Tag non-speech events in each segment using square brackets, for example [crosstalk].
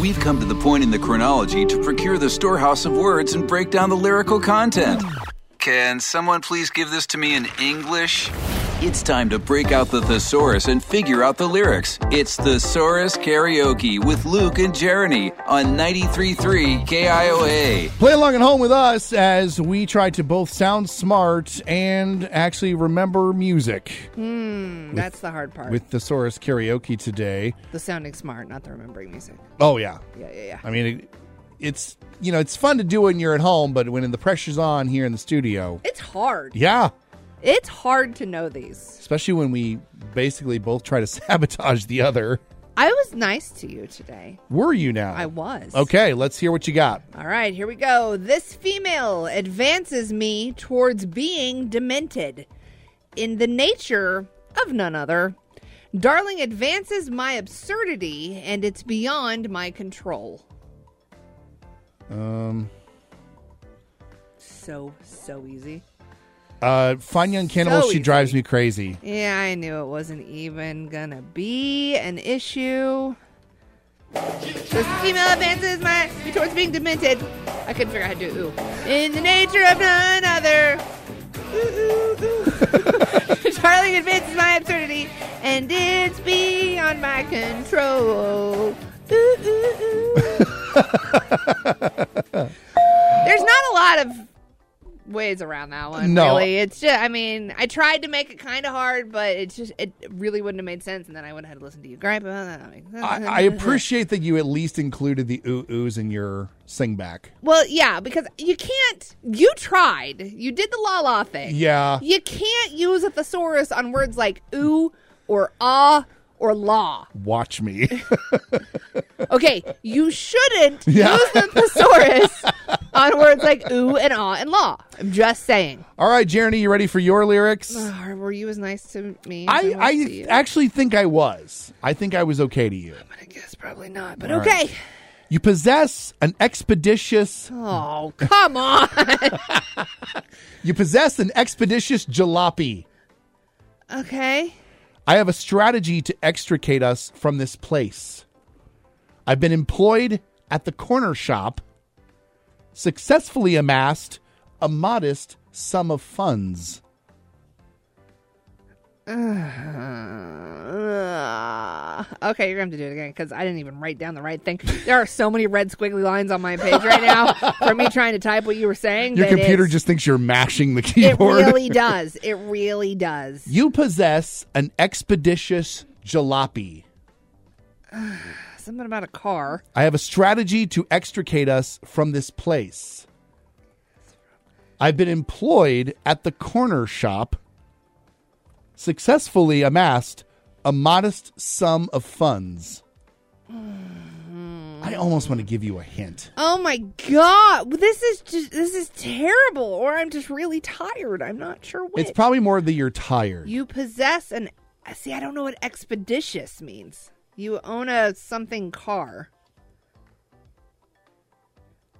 We've come to the point in the chronology to procure the storehouse of words and break down the lyrical content. Can someone please give this to me in English? It's time to break out the thesaurus and figure out the lyrics. It's Thesaurus Karaoke with Luke and Jeremy on 93.3 KIOA. Play along at home with us as we try to both sound smart and actually remember music That's the hard part. with Thesaurus Karaoke today. the sounding smart, not the remembering music. Oh, yeah. Yeah, yeah, yeah. I mean, it, it's, you know, it's fun to do when you're at home, but when the pressure's on here in the studio, It's hard. yeah. It's hard to know these. Especially when we basically both try to [laughs] sabotage the other. I was nice to you today. Were you now? I was. Oh. Okay, let's hear what you got. All right, here we go. This female advances me towards being demented in the nature of none other. Darling advances my absurdity and it's beyond my control. Um, So, so easy. uh, Fine Young Cannibal, So She easy. Drives Me Crazy. Yeah, I knew it wasn't even gonna be an issue. This female advances my towards being demented. I couldn't figure out how to do ooh. In the nature of none other. [laughs] Ooh, ooh, ooh. Darling advances my absurdity, and it's beyond [laughs] my control. Ooh, ooh, ooh. There's not a lot of ways around that one. No. Really. It's just, I mean, I tried to make it kind of hard, but it's just, it really wouldn't have made sense, and then I would have had to listen to you gripe about that. Like, I, [laughs] I appreciate that you at least included the ooh oohs in your sing back. Well, yeah, because you can't. You tried. You did the la la thing. Yeah. You can't use a thesaurus on words like ooh or ah or la. Watch me. [laughs] Okay, you [laughs] shouldn't Yeah. use the thesaurus on words like ooh and ah and la. I'm just saying. All right, Jeremy, you ready for your lyrics? Or were you as nice to me? as I, was to I you? actually think I was. I think I was okay to you. I guess probably not. But All okay. right. You possess an expeditious. Oh come on. You possess an expeditious jalopy. okay. I have a strategy to extricate us from this place. I've been employed at the corner shop, successfully amassed a modest sum of funds. Uh, okay, you're gonna have to do it again because I didn't even write down the right thing. There are so many red squiggly lines on my page [laughs] right now from me trying to type what you were saying. Your that computer it's- just thinks you're mashing the it keyboard. [laughs] really does. It really does. You possess an expeditious jalopy. Something about a car. I have a strategy to extricate us from this place. I've been employed at the corner shop, successfully amassed a modest sum of funds. Mm-hmm. I almost want to give you a hint. Oh my god, Well, this is just this is terrible. Or I'm just really tired. I'm not sure which. It's probably more that you're tired. You possess an. See, I don't know what expeditious means. You own a something car.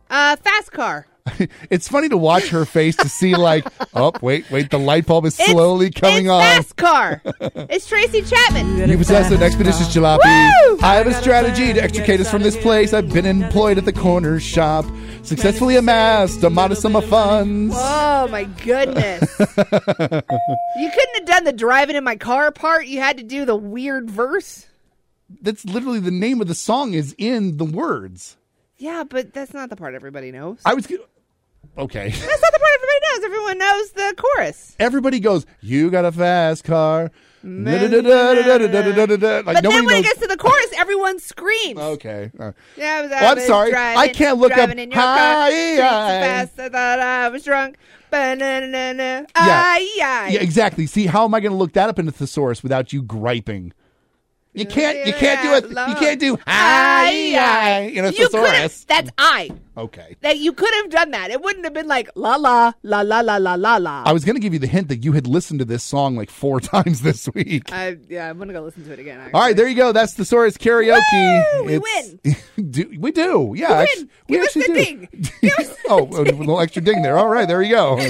Uh, fast car. [laughs] it's funny to watch her face to see, like, oh, wait, wait, the light bulb is slowly coming it's on. Fast car. [laughs] it's Tracy Chapman. You possess an expeditious jalopy. Woo! I have a strategy to extricate us from this place. I've been employed at the corner shop, successfully amassed a modest sum of funds. Oh my [laughs] goodness! you couldn't have done the driving in my car part. You had to do the weird verse. That's literally the name of the song is in the words. Yeah, but that's not the part everybody knows. I was okay. [laughs] That's not the part everybody knows. Everyone knows the chorus. Everybody goes, "You got a fast car." Da-da-da-da-da-da-da-da-da. Like But Uh, nobody then when knows. it gets to the chorus, everyone screams. Okay. all right. Yeah, I was, Oh, I I'm was sorry. Driving, I can't look up driving in your hi- car. Streets hi. fast. I thought I was drunk. Ba-na-na-na-na. Yeah. Aye, Yeah, exactly. See, how am I going to look that up in the thesaurus without you griping? You can't. You can't do it. You can't do. Aye, aye, in a you could've- thesaurus. That's I. Okay. That you could have done that. It wouldn't have been like la la la la la la la la. I was going to give you the hint that you had listened to this song like four [laughs] times this week. I, Uh, yeah, I'm gonna go listen to it again. Actually. All right, there you go. That's thesaurus karaoke. Woo! We win. [laughs] do, we do. Yeah. win. actu- We Give us actually the do. [laughs] ding. Give us the oh, a little extra ding there. All right, there you go.